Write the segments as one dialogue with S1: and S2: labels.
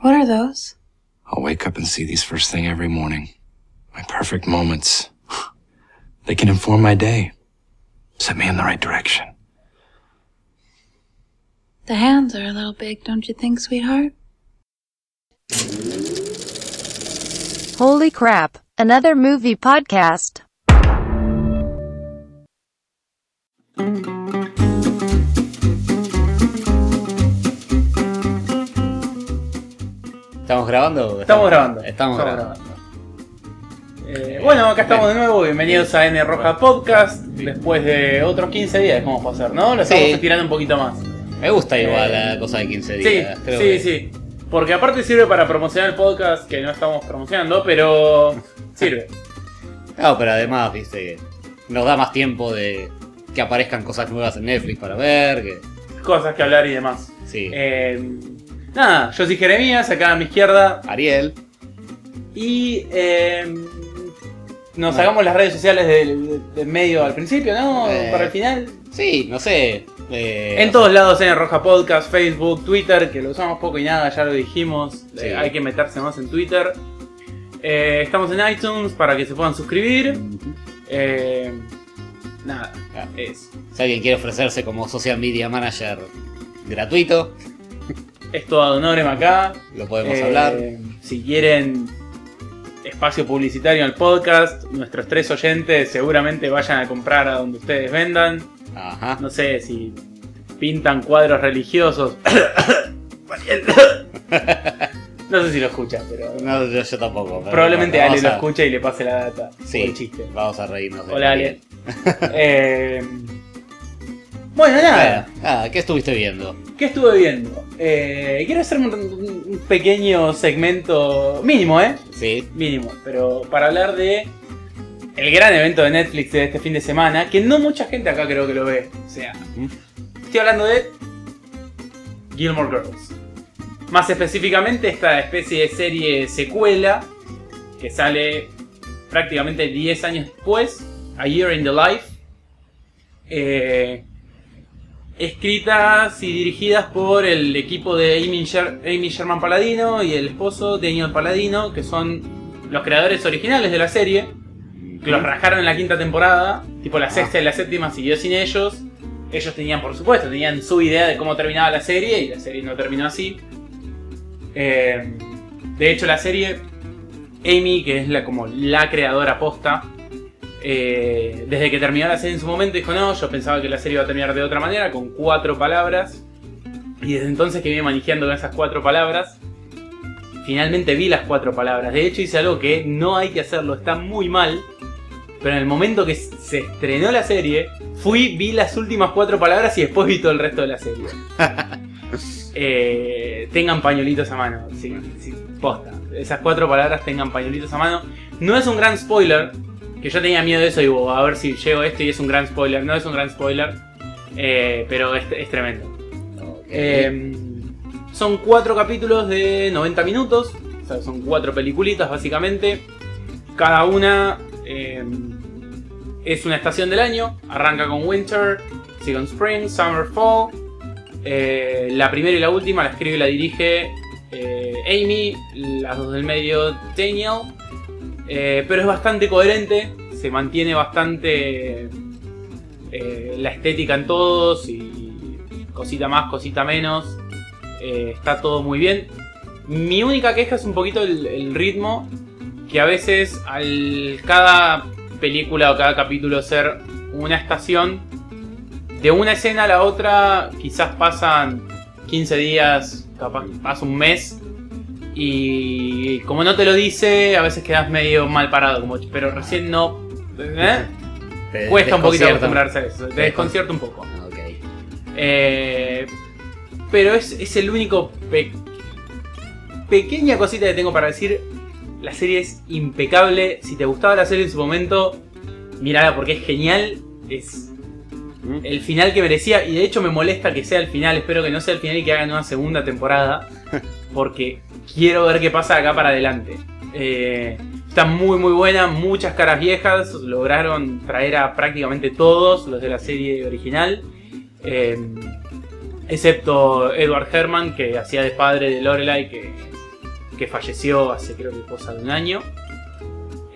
S1: What are those?
S2: I'll wake up and see these first thing every morning. My perfect moments. They can inform my day, set me in the right direction.
S1: The hands are a little big, don't you think, sweetheart?
S3: Holy crap, another movie podcast.
S4: ¿Estamos grabando?
S5: Estamos grabando.
S4: Estamos grabando.
S5: Eh, bueno, acá estamos de nuevo. Bienvenidos a N Roja Podcast. Después de otros 15 días, ¿cómo va a ser? ¿No? Lo estamos
S4: Sí.
S5: estirando un poquito más.
S4: Me gusta igual
S5: Eh,
S4: la cosa de 15
S5: Sí,
S4: días. creo
S5: sí,
S4: que-
S5: sí. Porque aparte sirve para promocionar el podcast que no estamos promocionando, pero sirve.
S4: No, pero además, viste, que nos da más tiempo de que aparezcan cosas nuevas en Netflix para ver. Que...
S5: Cosas que hablar y demás.
S4: Sí.
S5: Eh, nada, yo soy Jeremías, acá a mi izquierda.
S4: Ariel.
S5: Y eh, nos
S4: Ah.
S5: sacamos las redes sociales del, del medio al principio, ¿no?
S4: Eh.
S5: Para el final.
S4: Sí, no sé. eh,
S5: En todos lados, en Roja Podcast, Facebook, Twitter, que lo usamos poco y nada, ya lo dijimos.
S4: Sí.
S5: eh, hay que meterse más en Twitter. Eh, estamos en iTunes para que se puedan suscribir. Eh, nada,
S4: Ah.
S5: es,
S4: Si alguien quiere ofrecerse como social media manager gratuito,
S5: es todo ad honorem acá.
S4: lo podemos
S5: Eh,
S4: hablar.
S5: Si quieren espacio publicitario en el podcast, nuestros tres oyentes seguramente vayan a comprar a donde ustedes vendan.
S4: Ajá.
S5: No sé si pintan cuadros religiosos. no sé si lo escuchan, pero
S4: No, yo, yo tampoco. pero
S5: Probablemente
S4: bueno,
S5: Ale lo
S4: vamos a-
S5: escuche y le pase la data.
S4: Sí.
S5: o el chiste.
S4: Vamos a reírnos. de
S5: Hola, Ale.
S4: Ariel.
S5: Eh, bueno, nada.
S4: Bueno, nada, ¿qué estuviste viendo?
S5: ¿Qué estuve viendo? Eh, quiero hacer un, un pequeño segmento mínimo, ¿eh?
S4: Sí.
S5: Mínimo. Pero para hablar de el gran evento de Netflix de este fin de semana, que no mucha gente acá creo que lo ve. O sea,
S4: Ujú.
S5: estoy hablando de Gilmore Girls. Más específicamente esta especie de serie secuela que sale prácticamente 10 años después, A Year in the Life, eh, escritas y dirigidas por el equipo de Amy, Sher- Amy Sherman Paladino y el esposo Daniel Paladino, que son los creadores originales de la serie, que los rajaron en la quinta temporada, tipo la sexta y la séptima siguió sin ellos. Ellos tenían, por supuesto, tenían su idea de cómo terminaba la serie y la serie no terminó así. Eh, de hecho, la serie, Amy, que es la, como la creadora posta, eh, desde que terminó la serie en su momento dijo, no, yo pensaba que la serie iba a terminar de otra manera, con cuatro palabras. Y desde entonces que viene manejando con esas cuatro palabras. Finalmente vi las cuatro palabras. De hecho hice algo que no hay que hacerlo, está muy mal. Pero en el momento que se estrenó la serie, fui, vi las últimas cuatro palabras y después vi todo el resto de la serie. Eh, tengan pañuelitos a mano, sí, sí, posta. Esas cuatro palabras tengan pañuelitos a mano. No es un gran spoiler, que yo tenía miedo de eso, digo, a ver si llego a esto y es un gran spoiler. No es un gran spoiler, eh, pero es, es tremendo.
S4: Ok.
S5: Eh, son cuatro capítulos de 90 minutos. O sea, son cuatro peliculitas básicamente. Cada una eh, es una estación del año. Arranca con Winter, sigue con Spring, Summer, Fall. Eh, la primera y la última la escribe y la dirige eh, Amy. Las dos del medio, Daniel. Eh, pero es bastante coherente. Se mantiene bastante eh, la estética en todos y cosita más, cosita menos. Eh, está todo muy bien. Mi única queja es un poquito el, el ritmo, que a veces al cada película o cada capítulo ser una estación, de una escena a la otra quizás pasan 15 días, capaz pasa un mes, y como no te lo dice, a veces quedas medio mal parado, como, pero recién no... ¿eh?
S4: Te
S5: Cuesta un poquito
S4: desconcierta.
S5: acostumbrarse a eso, te
S4: Te
S5: desconcierta un poco.
S4: Ah, ok.
S5: Eh, pero es, es el único pe- pequeña cosita que tengo para decir. La serie es impecable. Si te gustaba la serie en su momento, mirala porque es genial. Es el final que merecía. Y de hecho me molesta que sea el final. Espero que no sea el final y que hagan una segunda temporada. Porque quiero ver qué pasa de acá para adelante. Eh, está muy muy buena. Muchas caras viejas. Lograron traer a prácticamente todos los de la serie original. Eh, excepto Edward Herman, que hacía de padre de Lorelai, que que falleció hace creo que cosa de un año.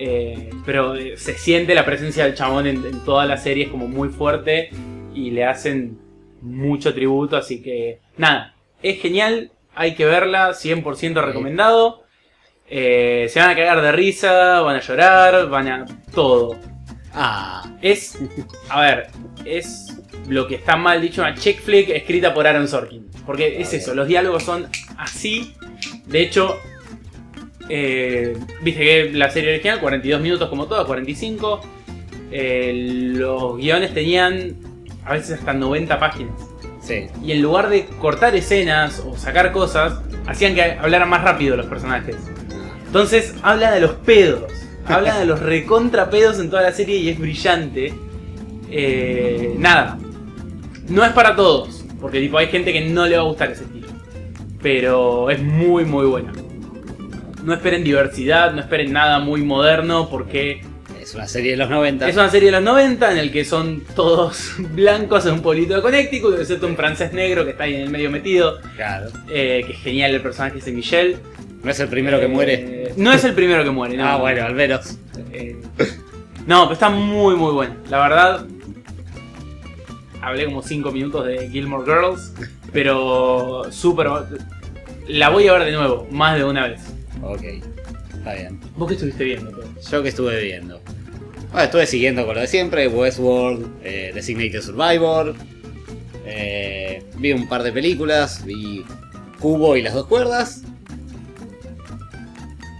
S5: Eh, pero eh, se siente la presencia del chabón en, en toda la serie, es como muy fuerte y le hacen mucho tributo, así que nada, es genial, hay que verla, 100% recomendado. Eh, se van a cagar de risa, van a llorar, van a todo.
S4: Ah,
S5: Es, a ver, es lo que está mal dicho, una chick flick escrita por Aaron Sorkin. Porque es eso, los diálogos son así. De hecho, eh, viste que la serie original, 42 minutos como todas, 45. Eh, los guiones tenían a veces hasta 90 páginas.
S4: sí.
S5: Y en lugar de cortar escenas o sacar cosas, hacían que hablaran más rápido los personajes.
S4: Ah,
S5: Entonces habla de los pedos, habla de los recontrapedos en toda la serie y es brillante. Eh, nada, no es para todos, porque tipo hay gente que no le va a gustar ese estilo. Pero es muy muy buena. No esperen diversidad, no esperen nada muy moderno, porque
S4: Es una serie de los 90.
S5: es una serie de los 90 en el que son todos blancos en un pueblito de Connecticut, excepto un francés negro que está ahí en el medio metido,
S4: Claro.
S5: eh, que es genial el personaje de Michelle.
S4: No es el primero que
S5: Eh,
S4: muere.
S5: No es el primero que muere, no.
S4: Ah, bueno, al menos.
S5: Eh, no, pero está muy, muy buena. La verdad, hablé como 5 minutos de Gilmore Girls, pero súper... La voy a ver de nuevo, más de una vez.
S4: Ok, está bien.
S5: ¿Vos qué estuviste viendo? Pedro?
S4: Yo que estuve viendo. Bueno, estuve siguiendo con lo de siempre, Westworld, eh, Designated Survivor. eh, vi un par de películas, vi Cubo y las dos cuerdas.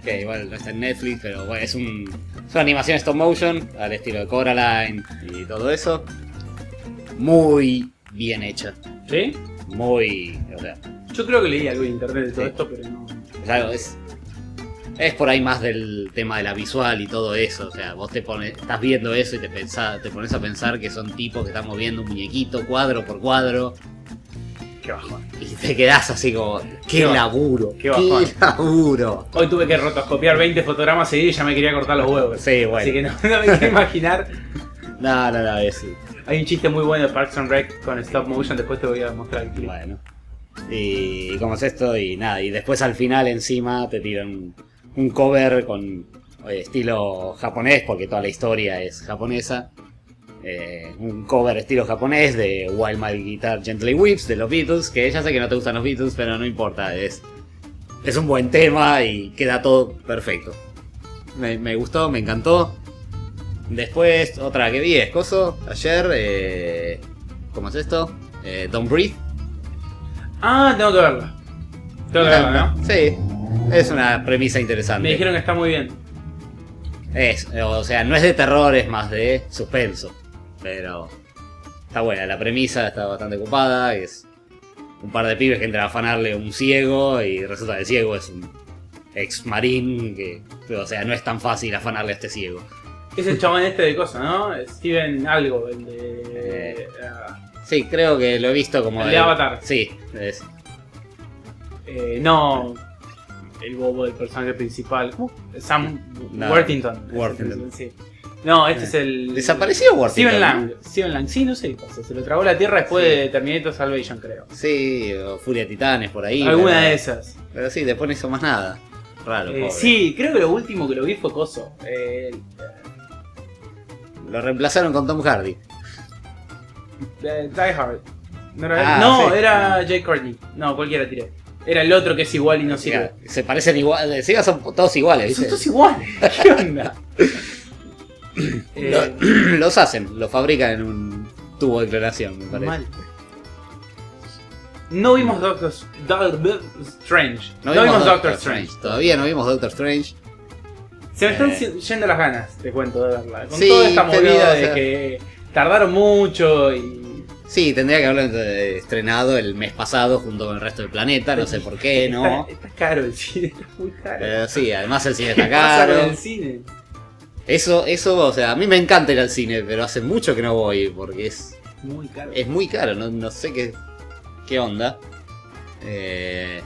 S4: Que igual no está en Netflix, pero bueno, es, un, es una animación stop motion al estilo de Coraline y todo eso. Muy bien hecha.
S5: ¿Sí?
S4: Muy... O sea,
S5: Yo creo que leí algo en internet de todo
S4: Sí.
S5: esto, pero no...
S4: Es algo- es, es por ahí más del tema de la visual y todo eso. O sea, vos te pones, estás viendo eso y te, pensá- te pones a pensar que son tipos que están moviendo un muñequito cuadro por cuadro
S5: Qué bajón.
S4: y te quedás así como, qué,
S5: Qué ba-
S4: laburo,
S5: qué bajón".
S4: laburo.
S5: Hoy tuve que rotoscopiar 20 fotogramas seguidos y ya me quería cortar los huevos.
S4: Sí, bueno.
S5: Así que no, no me quiero imaginar.
S4: No, no, no, es,
S5: Hay un chiste muy bueno de Parks and Rec con stop motion, después te voy a mostrar el clip.
S4: bueno. Y, y como es esto y nada, y después al final encima te tiran un, un cover con eh, estilo japonés, porque toda la historia es japonesa. eh, un cover estilo japonés de Wild My Guitar Gently Whips de los Beatles, que ya sé que no te gustan los Beatles, pero no importa, es, es un buen tema y queda todo perfecto. Me, me gustó, me encantó. Después, otra que vi, Escoso, ayer, eh, ¿cómo es esto? Eh, Don't Breathe.
S5: Ah, tengo que verla. Tengo que verla, ¿no?
S4: Sí, es una premisa interesante.
S5: Me dijeron que está muy bien.
S4: Es, o sea, no es de terror, es más de suspenso. Pero está buena, la premisa está bastante ocupada. Es un par de pibes que entran a afanarle a un ciego y resulta que el ciego es un ex marín. Que, o sea, no es tan fácil afanarle a este ciego.
S5: Es el chabón este de cosa, ¿no? Steven algo, el de...
S4: Eh.
S5: ah,
S4: Sí, creo que lo he visto como.
S5: El de Avatar.
S4: Sí, es.
S5: eh, no, el bobo del personaje principal. ¿Cómo? Sam
S4: No.
S5: Worthington.
S4: Worthington.
S5: Sí. No, este es el...
S4: Desapareció Worthington.
S5: Steven Lang. Steven Lang, sí, no sé qué pasó. Se lo tragó la tierra después
S4: Sí.
S5: de Terminator Salvation, creo.
S4: Sí, o Furia de Titanes por ahí.
S5: Alguna
S4: pero-
S5: de esas.
S4: Pero sí, después no hizo más nada. Raro.
S5: Eh,
S4: pobre.
S5: sí, creo que lo último que lo vi fue Coso. Eh,
S4: Lo reemplazaron con Tom Hardy.
S5: eh, Die Hard. No, era,
S4: Ah,
S5: no,
S4: sí.
S5: era Jake Courtney. No, cualquiera tiré. Era el otro que es igual y no sirve.
S4: Mira, se parecen igual, encima son todos iguales,
S5: Son
S4: ¿viste?
S5: todos iguales. ¿Qué onda? Eh,
S4: Lo- los hacen, los fabrican en un tubo de clonación, me parece.
S5: mal. No vimos Doctor, Doctor Strange. No, vimos Doctor, Strange.
S4: Todavía no vimos Doctor Strange.
S5: Se me están
S4: Eh.
S5: si- yendo las ganas, te cuento, de verdad. Con
S4: Sí,
S5: toda esta
S4: te
S5: movida
S4: digo, o
S5: de
S4: sea.
S5: que tardaron mucho y.
S4: Sí, tendría que haberlo eh, estrenado el mes pasado junto con el resto del planeta, no sé por qué, no.
S5: Está, está caro el cine, está muy caro.
S4: Pero sí, además el cine
S5: ¿Qué
S4: está
S5: pasa con
S4: caro.
S5: el cine?
S4: Eso, eso, o sea, a mí me encanta ir al cine, pero hace mucho que no voy porque es
S5: Muy caro.
S4: es muy caro, no, no sé qué, qué onda. Eh,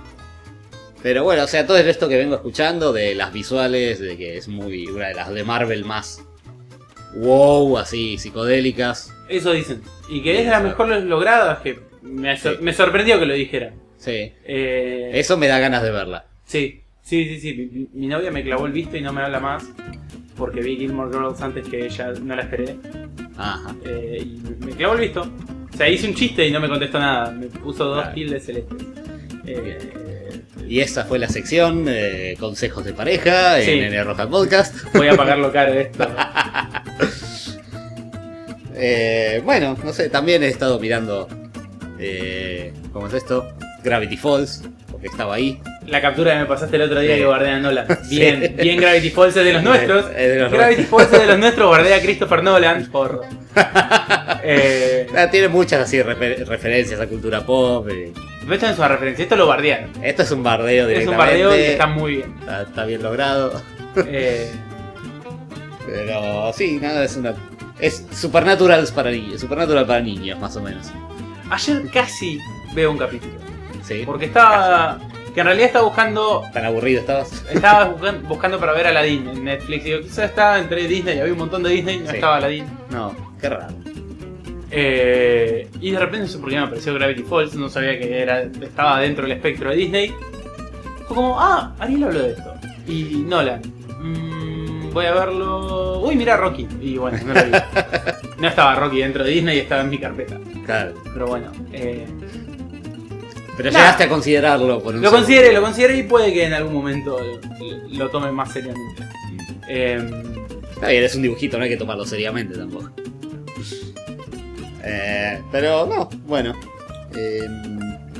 S4: pero bueno, o sea, todo esto que vengo escuchando de las visuales, de que es muy una de las de Marvel más wow, así psicodélicas.
S5: Eso dicen. Y que es de las mejores logradas, que me, sor- me sorprendió que lo dijera.
S4: Sí,
S5: Eh,
S4: eso me da ganas de verla.
S5: Sí, Sí, sí, sí. Mi, mi novia me clavó el visto y no me habla más. Porque vi Gilmore Girls antes que ella, no la esperé.
S4: Ajá.
S5: eh, y me clavó el visto. O sea, hice un chiste y no me contestó nada. Me puso dos
S4: Claro.
S5: tildes celestes. Eh,
S4: Y esa fue la sección de consejos de pareja
S5: Sí.
S4: en el Roja Podcast.
S5: voy a pagarlo caro esto.
S4: Eh, bueno, no sé, también he estado mirando, eh, ¿cómo es esto? Gravity Falls, porque estaba ahí.
S5: La captura que me pasaste el otro día
S4: Sí.
S5: que guardé a Nolan.
S4: Sí.
S5: Bien, bien Gravity Falls es de los nuestros.
S4: Eh, de los
S5: Gravity Falls es de los nuestros, guardé a Christopher Nolan por... Eh,
S4: Ah, tiene muchas así refer- referencias a cultura pop. eh.
S5: no echan su referencia, esto lo bardearon.
S4: Esto es un bardeo
S5: Es
S4: directamente.
S5: un bardeo y está muy bien.
S4: Está- está bien logrado.
S5: Eh,
S4: Pero sí, nada, es una. Es Supernatural para niños, Supernatural para niños, más o menos.
S5: ayer casi veo un capítulo.
S4: Sí.
S5: Porque estaba... Que en realidad estaba buscando...
S4: Tan aburrido estabas.
S5: Estaba buscan- buscando para ver Aladdin en Netflix. Digo, quizás estaba entre Disney, había un montón de Disney, no
S4: Sí.
S5: estaba Aladdin.
S4: No, qué raro.
S5: Eh, y de repente no sé por qué me apareció Gravity Falls, no sabía que era, estaba dentro del espectro de Disney. Fue como, ah, Ariel habló de esto. Y Nolan. mm, voy a verlo. Uy, mira Rocky. Y bueno, no lo vi. No estaba Rocky dentro de Disney, estaba en mi carpeta.
S4: Claro.
S5: Pero bueno. eh,
S4: Pero
S5: Nah.
S4: llegaste a considerarlo por un
S5: lo
S4: segundo.
S5: consideré, lo consideré y puede que en algún momento lo, lo tome más seriamente. Eh,
S4: Está bien, es un dibujito, no hay que tomarlo seriamente tampoco. Eh, pero no, bueno. Eh,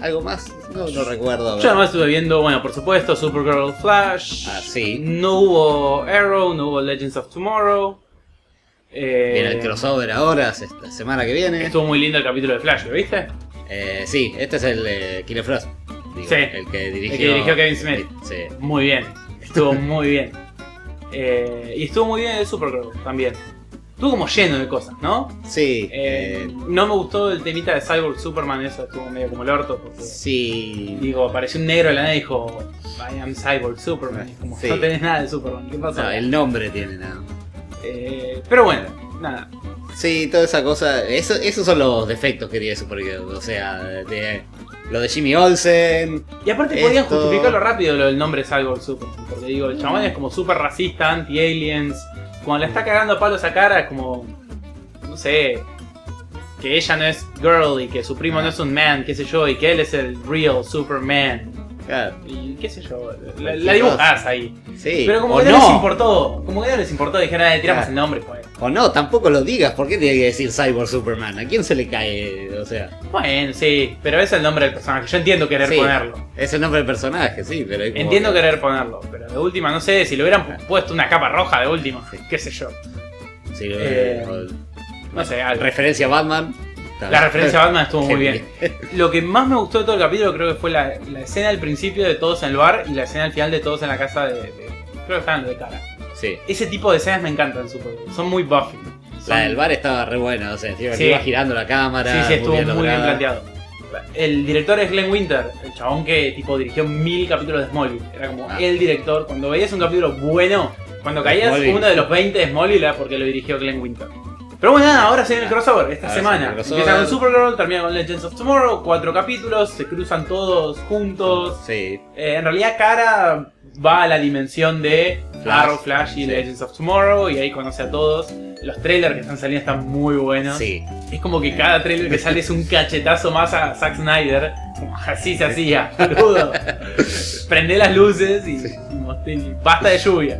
S4: ¿Algo más? No, no recuerdo. a ver.
S5: Yo además estuve viendo, bueno, por supuesto, Supergirl Flash.
S4: Ah, sí.
S5: No hubo Arrow, no hubo Legends of Tomorrow. Eh,
S4: Viene el crossover ahora, se- la semana que viene.
S5: Estuvo muy lindo el capítulo de Flash, ¿lo viste?
S4: Eh, sí, este es el eh, Killer Frost. digo,
S5: Sí.
S4: El que dirigió,
S5: dirigió Kevin Smith.
S4: Sí.
S5: Muy bien, estuvo muy bien. Eh, y estuvo muy bien el Supergirl también. Estuvo como lleno de cosas, ¿no?
S4: Sí,
S5: Eh,
S4: eh,
S5: no me gustó el temita de Cyborg Superman, eso estuvo medio como el orto. Porque,
S4: sí.
S5: Digo, apareció un negro de la nada y dijo, I am Cyborg Superman. Y es como,
S4: Sí.
S5: no tenés nada de Superman, ¿qué pasa?
S4: No, el nombre tiene nada.
S5: Eh, pero bueno, nada.
S4: Sí, toda esa cosa. Eso, esos son los defectos que tiene Supergirl. O sea, de- lo de Jimmy Olsen.
S5: Y aparte podían
S4: Esto-
S5: justificarlo rápido lo del nombre Cyborg Superman. Porque digo, el chabón es como súper racista, anti-aliens. Cuando la está cagando a palos a cara, es como. No sé. Que ella no es girl y que su primo no es un man, qué sé yo, y que él es el real Superman.
S4: Claro,
S5: Y qué sé yo. La, la dibujás ahí.
S4: sí.
S5: Pero como
S4: o
S5: que no les
S4: no.
S5: importó. Como que no les importó, dijeron, ah, le tiramos
S4: Claro.
S5: el nombre, pues.
S4: O no, tampoco lo digas. ¿Por qué tiene que decir Cyborg Superman? ¿A quién se le cae? O sea,
S5: Bueno, sí, pero es el nombre del personaje. Yo entiendo querer
S4: Sí.
S5: ponerlo.
S4: es el nombre del personaje, sí. Pero es como Ah.
S5: Entiendo querer ponerlo, pero de última, no sé, si le hubieran pu- puesto una capa roja de última,
S4: Sí.
S5: qué sé yo.
S4: Sí,
S5: eh,
S4: o-
S5: No sé, algo.
S4: Referencia a Batman.
S5: La referencia a Batman estuvo muy
S4: Ah. Qué
S5: bien. Lo que más me gustó de todo el capítulo creo que fue la, la escena al principio de todos en el bar y la escena al final de todos en la casa de. de- creo que estaban de cara.
S4: Sí.
S5: Ese tipo de escenas me encantan, súper. Son muy Buffy. Son-
S4: La del bar estaba re buena, o sea, encima
S5: Sí.
S4: que iba girando la cámara.
S5: Sí, sí, estuvo muy bien,
S4: lograda.
S5: planteado. El director es Glenn Winter, el chabón que tipo dirigió mil capítulos de Smallville. Era como
S4: Ah.
S5: el director. Cuando veías un capítulo bueno, cuando caías
S4: Smallville.
S5: uno de los 20 de Smallville era porque lo dirigió Glenn Winter. Pero bueno, nada, ahora se viene el crossover esta
S4: Ah. Ahora se viene
S5: semana.
S4: el crossover.
S5: Empieza con Supergirl, termina con Legends of Tomorrow, cuatro capítulos, se cruzan todos juntos.
S4: Sí,
S5: Eh, en realidad, Cara va a la dimensión de
S4: Flash.
S5: Arrow, Flash
S4: Sí.
S5: y Legends of Tomorrow y ahí conoce a todos. Los trailers que están saliendo están muy buenos.
S4: sí.
S5: Es como que cada trailer que sale es un cachetazo más a Zack Snyder. Como, Así se hacía, boludo. Prende las luces y y basta de lluvia.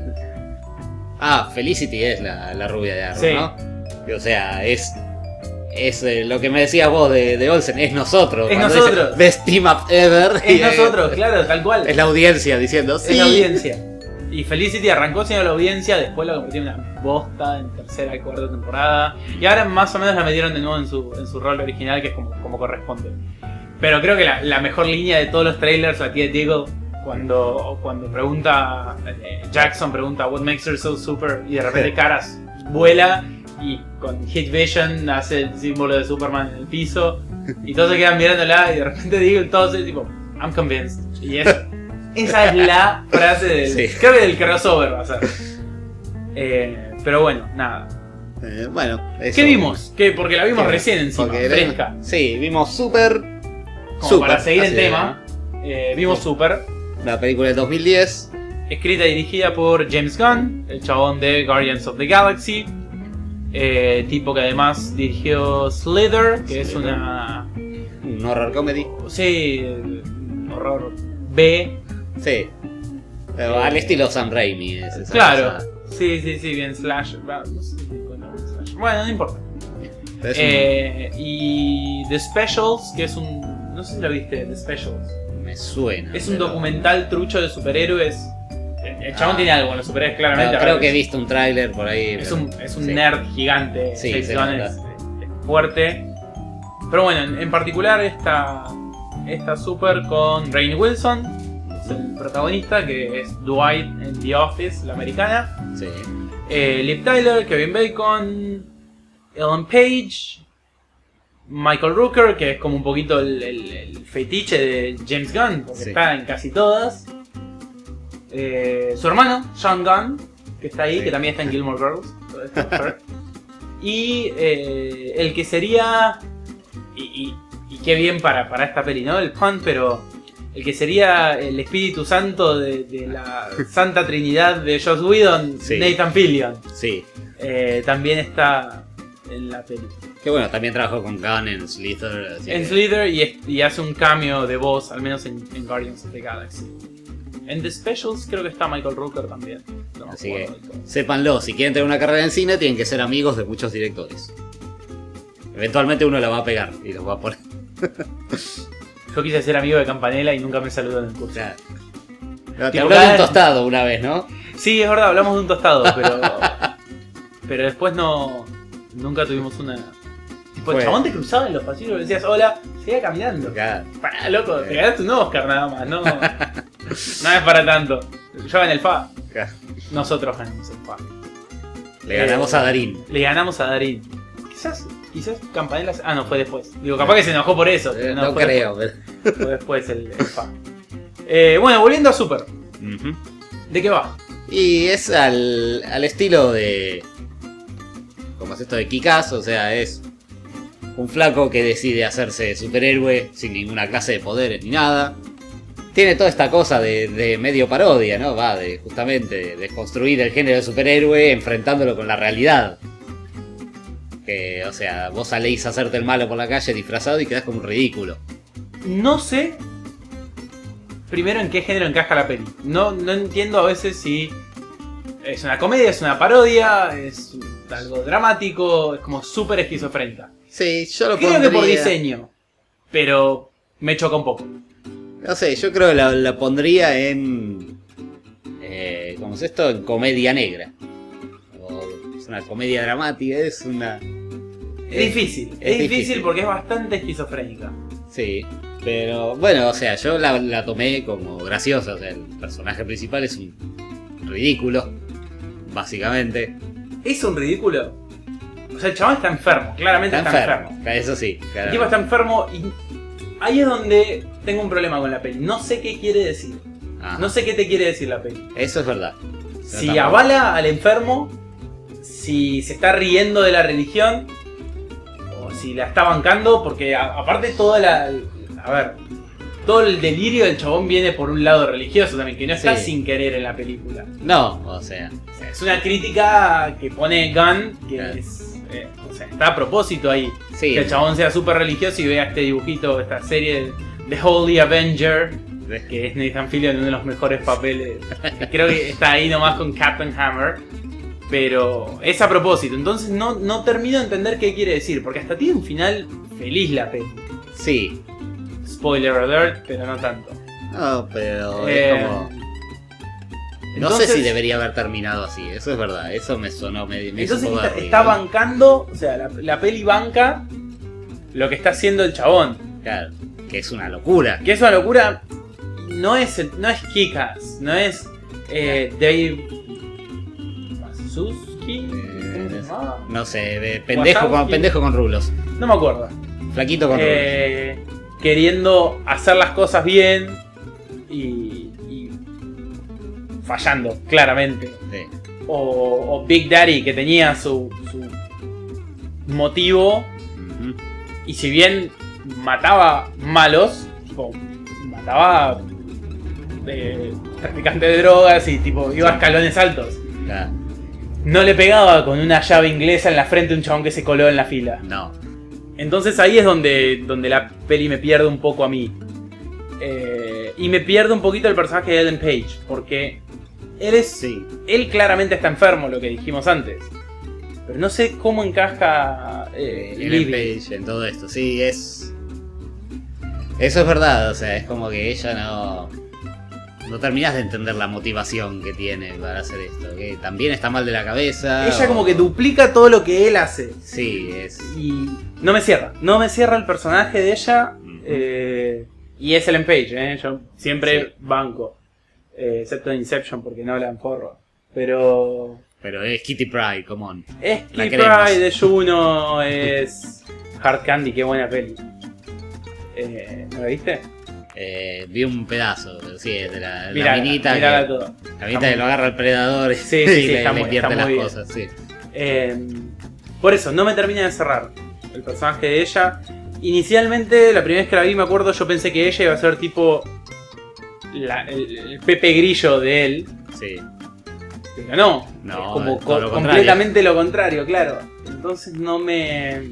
S4: Ah, Felicity es la, la rubia de Arrow,
S5: Sí.
S4: ¿no? O sea, es. Es eh, lo que me decías vos de, de Olsen, es nosotros.
S5: Es
S4: Cuando dice,
S5: nosotros.
S4: Best team up ever.
S5: Es
S4: y, eh,
S5: nosotros, claro, tal cual.
S4: Es la audiencia diciendo, sí.
S5: Es la audiencia. Y Felicity arrancó siendo la audiencia, después la convirtió en una bosta en tercera y cuarta temporada. Y ahora más o menos la metieron de nuevo en su, en su rol original, que es como, como corresponde. Pero creo que la, la mejor línea de todos los trailers la tiene Diego cuando, cuando pregunta, eh, Jackson pregunta, What makes her so super? Y de repente Caras vuela y con Hit Vision hace el símbolo de Superman en el piso. Y todos se quedan mirándola y de repente Diego y todos es tipo, I'm convinced. Y es- esa es la frase del,
S4: Sí.
S5: creo que del crossover va a ser. Eh, pero bueno, nada.
S4: Eh, bueno, eso.
S5: ¿Qué vimos? ¿Qué? Porque la vimos
S4: Sí,
S5: recién encima,
S4: Porque-
S5: fresca.
S4: Sí, vimos Super.
S5: Como
S4: Super,
S5: para seguir en
S4: así
S5: tema, eh, vimos
S4: Sí.
S5: Super.
S4: La película del 2010.
S5: Escrita y dirigida por James Gunn, el chabón de Guardians of the Galaxy. eh, tipo que además dirigió Slither, que es
S4: Slither.
S5: una.
S4: Un horror comedy.
S5: Sí, horror B.
S4: Sí. Pero al estilo Sam Raimi. es esa
S5: Eh, Claro.
S4: cosa.
S5: Sí, sí, sí, bien slash. va, no sé si cuenta como slash. Bueno, no importa.
S4: Pero es un-
S5: Eh, y The Specials, que es un. No sé si lo viste, The Specials.
S4: me suena.
S5: Es un
S4: pero-
S5: documental trucho de superhéroes. El el chabón
S4: Ah.
S5: tiene algo con los superhéroes,
S4: pero
S5: claramente.
S4: creo
S5: ahora
S4: que he
S5: es-
S4: visto un tráiler por ahí.
S5: Es
S4: pero-
S5: un, es un
S4: sí.
S5: nerd gigante.
S4: Sí,
S5: James
S4: se
S5: Gunn
S4: nota.
S5: es, es fuerte. Pero bueno, en, en particular esta, esta super con Rain Wilson, es el protagonista, que es Dwight en The Office, la americana.
S4: Sí.
S5: Eh, Liv Tyler, Kevin Bacon, Ellen Page, Michael Rooker, que es como un poquito el, el- el fetiche de James Gunn, porque
S4: Sí.
S5: está en casi todas. Eh, su hermano, Sean Gunn, que está ahí,
S4: Sí.
S5: que también está en Gilmore Girls. todo esto. y eh, el que sería. Y, y- y qué bien para, para esta peli, ¿no? El pun, pero. El que sería el Espíritu Santo de, de la Santa Trinidad de Joss Whedon,
S4: Sí.
S5: Nathan Fillion.
S4: Sí.
S5: Eh, también está en la peli.
S4: Que bueno, también trabajó con Gunn en Slither. así
S5: En
S4: que-
S5: Slither y, es- y hace un cambio de voz, al menos en, en Guardians of the Galaxy. En The Specials creo que está Michael Rooker también. No me
S4: Así que-
S5: acuerdo del todo.
S4: Sépanlo, si quieren tener una carrera en cine, tienen que ser amigos de muchos directores. Eventualmente uno la va a pegar y los va a poner.
S5: Yo quise ser amigo de Campanella y nunca me saludó en el curso.
S4: Claro. No, te
S5: Tipo
S4: habló de un
S5: Gunn.
S4: tostado una vez, ¿no?
S5: Sí, es verdad, hablamos de un tostado, pero. pero después no. Nunca tuvimos una. Tipo, el
S4: Fue.
S5: chabón te cruzaba en los pasillos y decías, hola, seguía caminando.
S4: Claro. Eh.
S5: Pará, loco, te ganaste un Oscar nada más, no. no es para tanto. Yo gané el FA.
S4: Claro.
S5: Nosotros ganamos el FA.
S4: Le
S5: Eh,
S4: ganamos a Darín.
S5: Le ganamos a Darín. Quizás, quizás Campanella. Ah, no, fue después. Digo, capaz que se enojó por eso.
S4: Eh,
S5: pero
S4: No,
S5: fue
S4: creo. pero-
S5: después- fue después el, el FA. Eh, bueno, volviendo a Super.
S4: Ujú.
S5: ¿De qué va?
S4: Y es al, al estilo de. Como es esto de Kikaz, o sea, es un flaco que decide hacerse superhéroe sin ninguna clase de poderes ni nada. Tiene toda esta cosa de, de medio parodia, ¿no? Va de justamente de desconstruir el género de superhéroe enfrentándolo con la realidad. Que, o sea, vos salís a hacerte el malo por la calle disfrazado y quedás como un ridículo.
S5: No sé. Primero en qué género encaja la peli. No, no entiendo a veces si es una comedia, es una parodia, es algo dramático, es como súper esquizofrénica.
S4: Sí, yo lo
S5: Creo que por diseño, pero me choca un poco.
S4: No sé, yo creo que la, la pondría en. Eh, ¿Cómo es esto? En comedia negra. O- es una comedia dramática, es una.
S5: Es difícil, es,
S4: es
S5: difícil,
S4: difícil.
S5: porque es bastante esquizofrénica.
S4: Sí. Pero bueno, o sea, yo la, la tomé como graciosa. O sea, el personaje principal es un ridículo, básicamente.
S5: Es un ridículo. O sea, el chabón está enfermo, claramente
S4: Está
S5: está,
S4: enfermo,
S5: enfermo.
S4: eso sí.
S5: El
S4: claro.
S5: tipo está enfermo y ahí es donde tengo un problema con la peli. No sé qué quiere decir.
S4: Ajá,
S5: No sé qué te quiere decir la peli.
S4: Eso es verdad.
S5: Si
S4: Ah. tampoco.
S5: avala al enfermo, si se está riendo de la religión, o si la está bancando, porque a- aparte toda la... A ver, todo el delirio del chabón viene por un lado religioso también, que no está
S4: Sí.
S5: sin querer en la película.
S4: No, o sea.
S5: O sea, es una crítica que pone Gunn, que
S4: Claro.
S5: es, eh, o sea, está a propósito ahí.
S4: Sí.
S5: Que el chabón sea súper religioso y vea este dibujito, esta serie de The Holy Avenger, que es Nathan Fillion en uno de los mejores papeles. que Creo que está ahí nomás con Captain Hammer. Pero es a propósito, entonces no, no termino de entender qué quiere decir, porque hasta tiene un final feliz la peli.
S4: Sí.
S5: Spoiler alert, pero no tanto.
S4: No, pero
S5: Eh,
S4: es como. No sé si debería haber terminado así, eso es verdad, eso me sonó medio. Me hizo
S5: Entonces
S4: un poco
S5: está,
S4: de
S5: está
S4: ruido.
S5: bancando, o sea, la, la peli banca lo que está haciendo el chabón.
S4: Claro, que es una locura.
S5: Que es una locura, no es, el- no es Kikas, no es eh, Dave Masuski, ¿cómo se llamaba?
S4: No sé, de pendejo, con,
S5: Wazowski.
S4: pendejo con rulos,
S5: no me acuerdo.
S4: flaquito con
S5: Eh, queriendo hacer las cosas bien y, y fallando, claramente.
S4: rulos. Sí.
S5: O, o Big Daddy, que tenía su- su motivo
S4: Ujú.
S5: Y si bien mataba malos, tipo, mataba eh, traficante de drogas y tipo iba a escalones altos.
S4: Claro.
S5: No le pegaba con una llave inglesa en la frente a un chabón que se coló en la fila.
S4: No.
S5: Entonces ahí es donde, donde la peli me pierde un poco a mí. Eh, y me pierde un poquito el personaje de Ellen Page, porque él es
S4: Sí.
S5: él claramente está enfermo, lo que dijimos antes. Pero no sé cómo encaja eh,
S4: El
S5: Libby.
S4: Page en todo esto. Sí, es. Eso es verdad, o sea, es como que ella no. No terminas de entender la motivación que tiene para hacer esto. Que también está mal de la cabeza.
S5: Ella
S4: o-
S5: como que duplica todo lo que él hace.
S4: Sí, es.
S5: Y no me cierra. No me cierra el personaje de ella.
S4: Ujú.
S5: eh, y es Ellen Page, ¿eh? Yo siempre
S4: Sí.
S5: banco. Eh, excepto en Inception porque no hablan porro. Pero...
S4: Pero es Kitty Pride, come on.
S5: Es
S4: La
S5: Keep
S4: queremos.
S5: Pride de Juno, es Hard Candy, qué buena peli. Eh, ¿No la viste?
S4: Eh, vi un pedazo, pero sí, es de la, la
S5: Mirala,
S4: minita. que-
S5: mirala toda.
S4: la minita que lo agarra el predador y,
S5: Sí, sí, sí,
S4: le,
S5: está
S4: le
S5: muy-
S4: invierte
S5: está
S4: las
S5: muy bien.
S4: cosas. Sí.
S5: Eh, por eso, no me termina de cerrar el personaje de ella. Inicialmente, la primera vez que la vi, me acuerdo, yo pensé que ella iba a ser tipo la- el, el Pepe Grillo de él.
S4: sí.
S5: Pero no,
S4: No,
S5: es como
S4: es
S5: co-
S4: todo lo contrario.
S5: completamente lo contrario, claro. Entonces no me...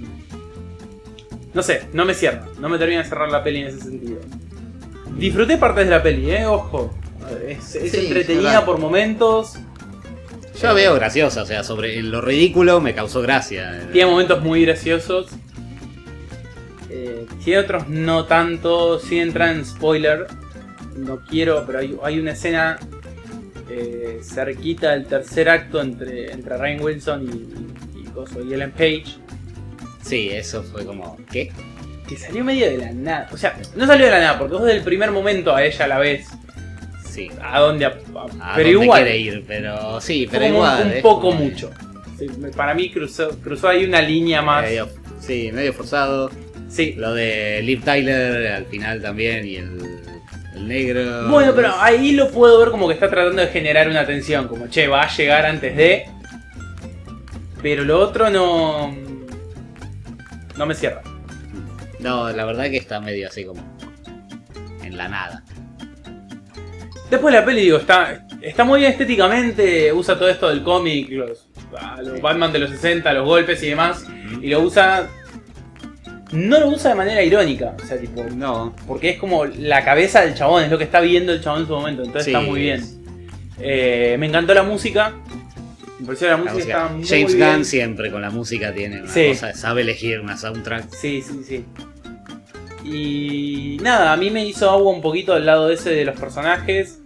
S5: No sé, no me cierra, no me termina de cerrar la peli en ese sentido. Disfruté partes de la peli, eh, ojo. Es, es
S4: Sí, es
S5: entretenida
S4: verdad.
S5: por momentos,
S4: Yo la veo graciosa, o sea, sobre en lo ridículo me causó gracia.
S5: Tiene momentos muy graciosos. Eh, tiene otros no tanto. Si entra en spoiler. No quiero, pero hay, hay una escena eh, cerquita del tercer acto entre, entre Ryan Wilson y, y, Coso y Ellen Page.
S4: Sí, eso fue como. ¿Qué?
S5: Que salió medio de la nada. O sea, no salió de la nada, porque vos desde el primer momento a ella la ves.
S4: Sí.
S5: A dónde. a- a-
S4: ¿A
S5: pero
S4: dónde
S5: igual.
S4: quiere ir, pero sí,
S5: fue
S4: pero
S5: como un-
S4: igual.
S5: Un,
S4: es
S5: poco
S4: como-
S5: mucho. Sí, Para mí cruzó, cruzó ahí una
S4: Eh,
S5: línea más.
S4: Medio- sí, medio forzado.
S5: Sí,
S4: Lo de Liv Tyler al final también y el, el negro.
S5: Bueno, pero ahí lo puedo ver como que está tratando de generar una tensión, como che, va a llegar antes de. Pero lo otro no. No me cierra.
S4: No, la verdad que está medio así como. En la nada.
S5: Después la peli, digo, está, está muy bien estéticamente, usa todo esto del cómic, los, a los Batman de los 60, los golpes y demás, y lo usa. No lo usa de manera irónica, o sea, tipo,
S4: No.
S5: Porque es como la cabeza del chabón, es lo que está viendo el chabón en su momento, entonces
S4: Sí.
S5: está muy bien. Eh, me encantó la música. Me pareció la
S4: La
S5: música,
S4: música.
S5: está muy
S4: James
S5: bien.
S4: Gunn siempre con la música tiene una
S5: Sí.
S4: cosa, sabe elegir una soundtrack.
S5: Sí, sí, sí. Y nada, a mí me hizo agua un poquito al lado ese de los personajes.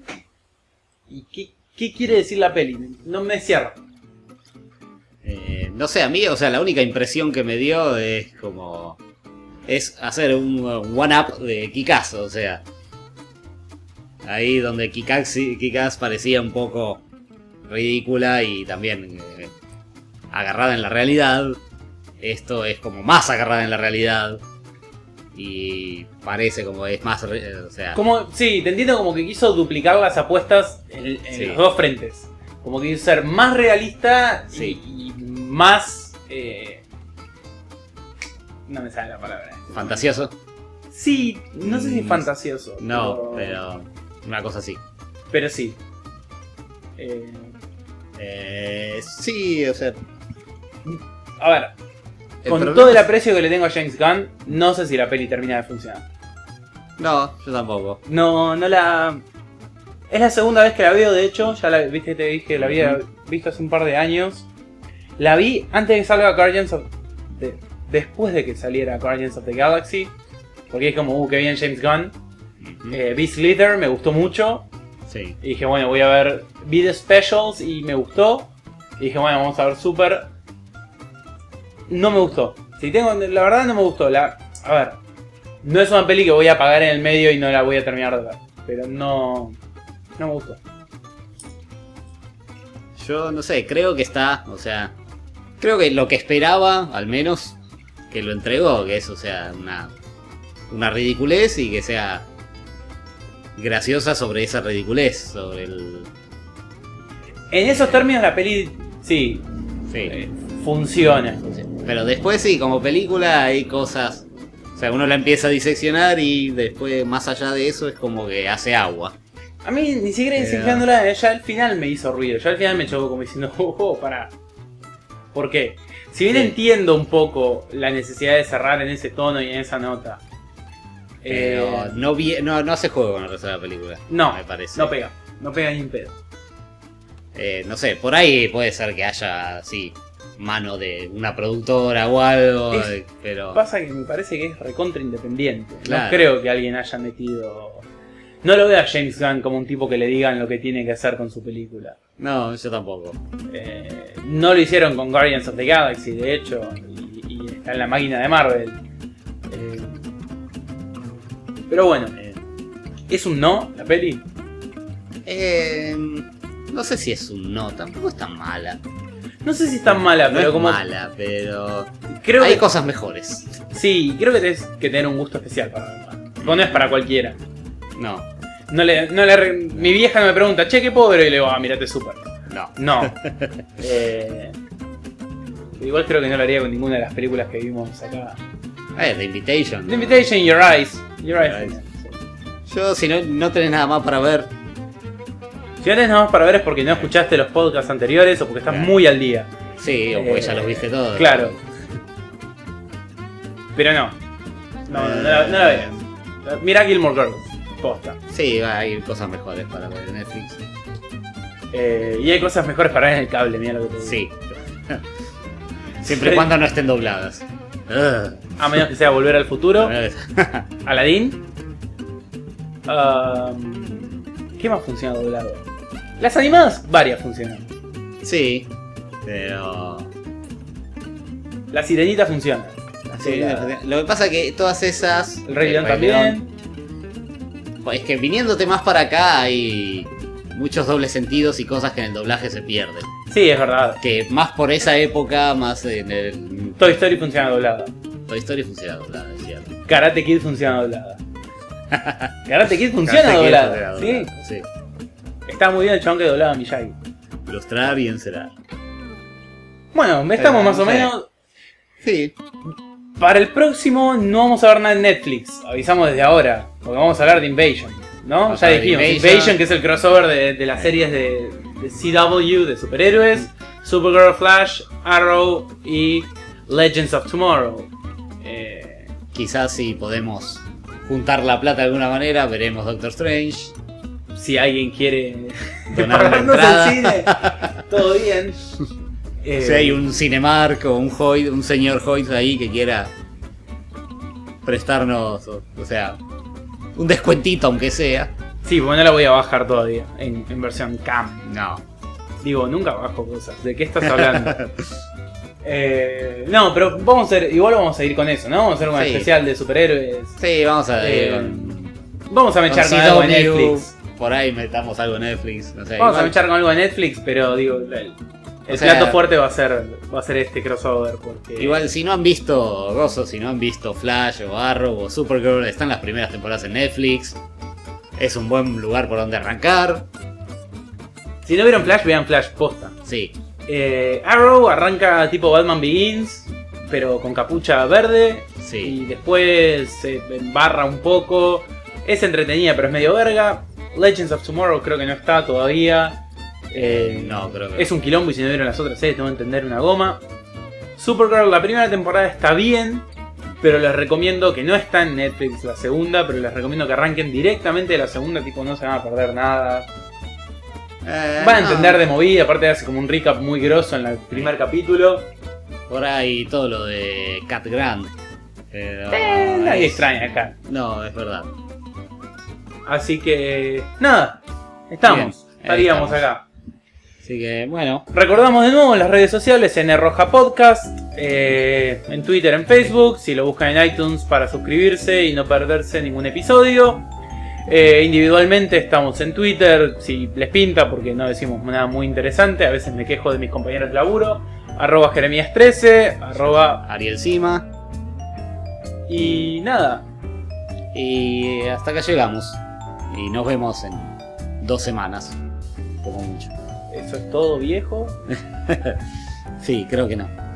S5: ¿Y qué, qué quiere decir la peli? No me cierra.
S4: Eh, no sé, a mí, o sea, la única impresión que me dio es como. Es hacer un one-up de Kikaz, o sea. Ahí donde Kikaz, Kikaz parecía un poco ridícula y también eh, agarrada en la realidad. Esto es como más agarrada en la realidad. Y parece como es más. re- eh, O sea,
S5: Como, sí, te entiendo como que quiso duplicar las apuestas en, en
S4: Sí.
S5: los dos frentes. Como que quiso ser más realista y-
S4: Sí.
S5: y, más... eh, no me sale la palabra.
S4: fantasioso.
S5: Sí, no sé si
S4: Mm,
S5: fantasioso.
S4: No, pero. Una cosa así.
S5: Pero sí. Eh,
S4: Eh, sí, o sea.
S5: a ver,
S4: el
S5: Con
S4: problema-
S5: todo el aprecio que le tengo a James Gunn, no sé si la peli termina de funcionar.
S4: No, yo tampoco.
S5: No, no la. Es la segunda vez que la veo, de hecho. Ya la viste, te dije, la había visto hace un par de años. La vi antes de que salga Guardians of. de- después de que saliera Guardians of the Galaxy. Porque es como, uh, qué bien James Gunn. Eh, Beast Leader me gustó mucho.
S4: Sí.
S5: Y dije, bueno, voy a ver. Vi The Specials y me gustó. Y dije, bueno, vamos a ver Super. No me gustó. Si tengo. La verdad no me gustó. La, a ver. No es una peli que voy a pagar en el medio y no la voy a terminar de ver. Pero no. No me gustó.
S4: Yo no sé, creo que está, o sea, creo que lo que esperaba, al menos, que lo entregó, que es, o sea, una, una ridiculez y que sea graciosa sobre esa ridiculez, sobre el...
S5: En esos términos la peli. Sí. eh,
S4: Sí.
S5: funciona.
S4: Pero después sí, como película hay cosas, o sea, uno la empieza a diseccionar y después, más allá de eso, es como que hace agua.
S5: A mí ni siquiera
S4: Eh,
S5: encifrándola, ya el final me hizo ruido, ya el final me chocó como diciendo, oh, oh, pará. ¿Por qué? Si bien
S4: Sí.
S5: entiendo un poco la necesidad de cerrar en ese tono y en esa nota,
S4: Pero
S5: eh,
S4: no, vi- no, no se juega con el resto de la película.
S5: No,
S4: me parece.
S5: no pega, no pega ni un pedo.
S4: Eh, no sé, por ahí puede ser que haya así mano de una productora o algo,
S5: Es-
S4: eh, pero
S5: Pasa que me parece que es recontra independiente. No
S4: Claro.
S5: creo que alguien haya metido. No lo veo a James Gunn como un tipo que le digan lo que tiene que hacer con su película.
S4: no, yo tampoco.
S5: Eh, no lo hicieron con Guardians of the Galaxy, de hecho, y, y está en la máquina de Marvel. Eh, pero bueno,
S4: Eh,
S5: ¿es un no la peli?
S4: eh, no sé si es un no, tampoco es tan mala.
S5: No sé si es tan mala,
S4: No
S5: pero
S4: es
S5: como.
S4: mala, pero
S5: Creo
S4: hay
S5: que,
S4: cosas mejores.
S5: sí, creo que tenés que tener un gusto especial para verla. Porque no es para cualquiera.
S4: No,
S5: No le, no le re- mi vieja me pregunta, che, qué pobre, y le digo, ah, mirate super.
S4: no.
S5: No. Eh, igual creo que no lo haría con ninguna de las películas que vimos acá.
S4: A ver, The Eh, Invitation.
S5: The Invitation, Your Eyes. Your Eyes.
S4: Eyes. Yo, si no, no tenés nada más para ver,
S5: Si no tenés nada más para ver es porque no escuchaste los podcasts anteriores o porque estás
S4: Claro.
S5: muy al día.
S4: sí, o porque
S5: Eh,
S4: ya los viste todos.
S5: Claro. Pero no. No, no, no, la- no la veas. Mirá Gilmore Girls. Posta.
S4: Sí, hay cosas mejores para ver en Netflix.
S5: Eh, y hay cosas mejores para ver en el cable, mira lo que te digo.
S4: Sí. Siempre y
S5: Sí.
S4: cuando no estén dobladas. Ugh.
S5: A menos que sea Volver al Futuro.
S4: Pero-
S5: Aladdin. Am, ¿Qué más funciona doblado? Las animadas, varias funcionan.
S4: sí, pero...
S5: La sirenita funciona.
S4: sí,
S5: Doblada.
S4: lo que pasa es que todas esas... eh,
S5: El Rey León
S4: Rey León,
S5: también.
S4: pues es que viniéndote más para acá hay muchos dobles sentidos y cosas que en el doblaje se pierden.
S5: Sí, es verdad.
S4: Que más por esa época, más en el...
S5: Toy Story funciona doblada.
S4: Toy Story funciona doblada, es cierto.
S5: Karate Kid funciona doblada. Karate Kid funciona
S4: Karate Kid
S5: doblada.
S4: funciona
S5: sí.
S4: doblada, sí.
S5: Está muy bien el chabón que doblaba a Miyagi.
S4: Ilustrar y encerar.
S5: Bueno, estamos más o
S4: sí.
S5: menos.
S4: Sí.
S5: Para el próximo no vamos a ver nada en Netflix. Avisamos desde ahora. Porque vamos a hablar de Invasion. ¿No?
S4: Vamos
S5: ya
S4: a ver
S5: dijimos. Invasion.
S4: Invasion.
S5: que es el crossover de, de las series de, de CW de superhéroes. Supergirl Flash, Arrow y Legends of Tomorrow. Eh,
S4: Quizás si podemos juntar la plata de alguna manera, veremos Doctor Strange.
S5: si alguien quiere
S4: Donar una
S5: pagarnos
S4: entrada.
S5: el cine, todo bien. Eh,
S4: Si hay un Cinemark o un Hoyt, un señor Hoyt ahí que quiera prestarnos, o, o sea, un descuentito aunque sea.
S5: Sí, porque no la voy a bajar todavía en, en versión cam.
S4: No.
S5: Digo, nunca bajo cosas. ¿De qué estás hablando? Eh, no, pero vamos a hacer, igual vamos a ir con eso, ¿no? Vamos a hacer una
S4: Sí.
S5: especial de superhéroes.
S4: Sí, vamos a
S5: Eh,
S4: ir con,
S5: Vamos a mechar
S4: con
S5: con algo en
S4: CW,
S5: Netflix.
S4: Por ahí metamos algo en Netflix. No sé,
S5: Vamos a
S4: igual-
S5: mechar con algo en Netflix, pero digo, el, el
S4: O sea-
S5: plato fuerte va a ser va a ser este crossover porque
S4: Igual si no han visto Gozo, si no han visto Flash o Arrow o Supergirl, están las primeras temporadas en Netflix. Es un buen lugar por donde arrancar.
S5: si no vieron Flash, vean Flash posta.
S4: Sí,
S5: Eh, Arrow arranca tipo Batman Begins, pero con capucha verde.
S4: Sí.
S5: Y después se embarra un poco. Es entretenida, pero es medio verga. Legends of Tomorrow creo que no está todavía. Eh,
S4: no, creo que
S5: Es un quilombo y si no vieron las otras series, tengo que entender una goma. Supergirl, la primera temporada está bien, pero les recomiendo que no está en Netflix la segunda, pero les recomiendo que arranquen directamente de la segunda, tipo no se van a perder nada.
S4: Eh,
S5: Van a entender
S4: no,
S5: de movida, aparte hace como un recap muy grosso en el primer capítulo.
S4: Por ahí todo lo de Cat Grant. Pero
S5: Eh, nadie
S4: es-
S5: extraña acá.
S4: No, es verdad.
S5: Así que, nada,
S4: Bien,
S5: estamos,
S4: ahí
S5: estaríamos
S4: estamos.
S5: acá.
S4: Así que bueno,
S5: Recordamos de nuevo las redes sociales en Roja Podcast, eh, en Twitter, en Facebook, si lo buscan en iTunes para suscribirse y no perderse ningún episodio. Eh, individualmente estamos en Twitter, si les pinta, porque no decimos nada muy interesante, a veces me quejo de mis compañeros de laburo, arroba Jeremías 13, arroba...
S4: Ariel Cima.
S5: Y nada,
S4: Y hasta acá llegamos. Y nos vemos en dos semanas. Como mucho.
S5: eso es todo viejo.
S4: Sí, creo que no.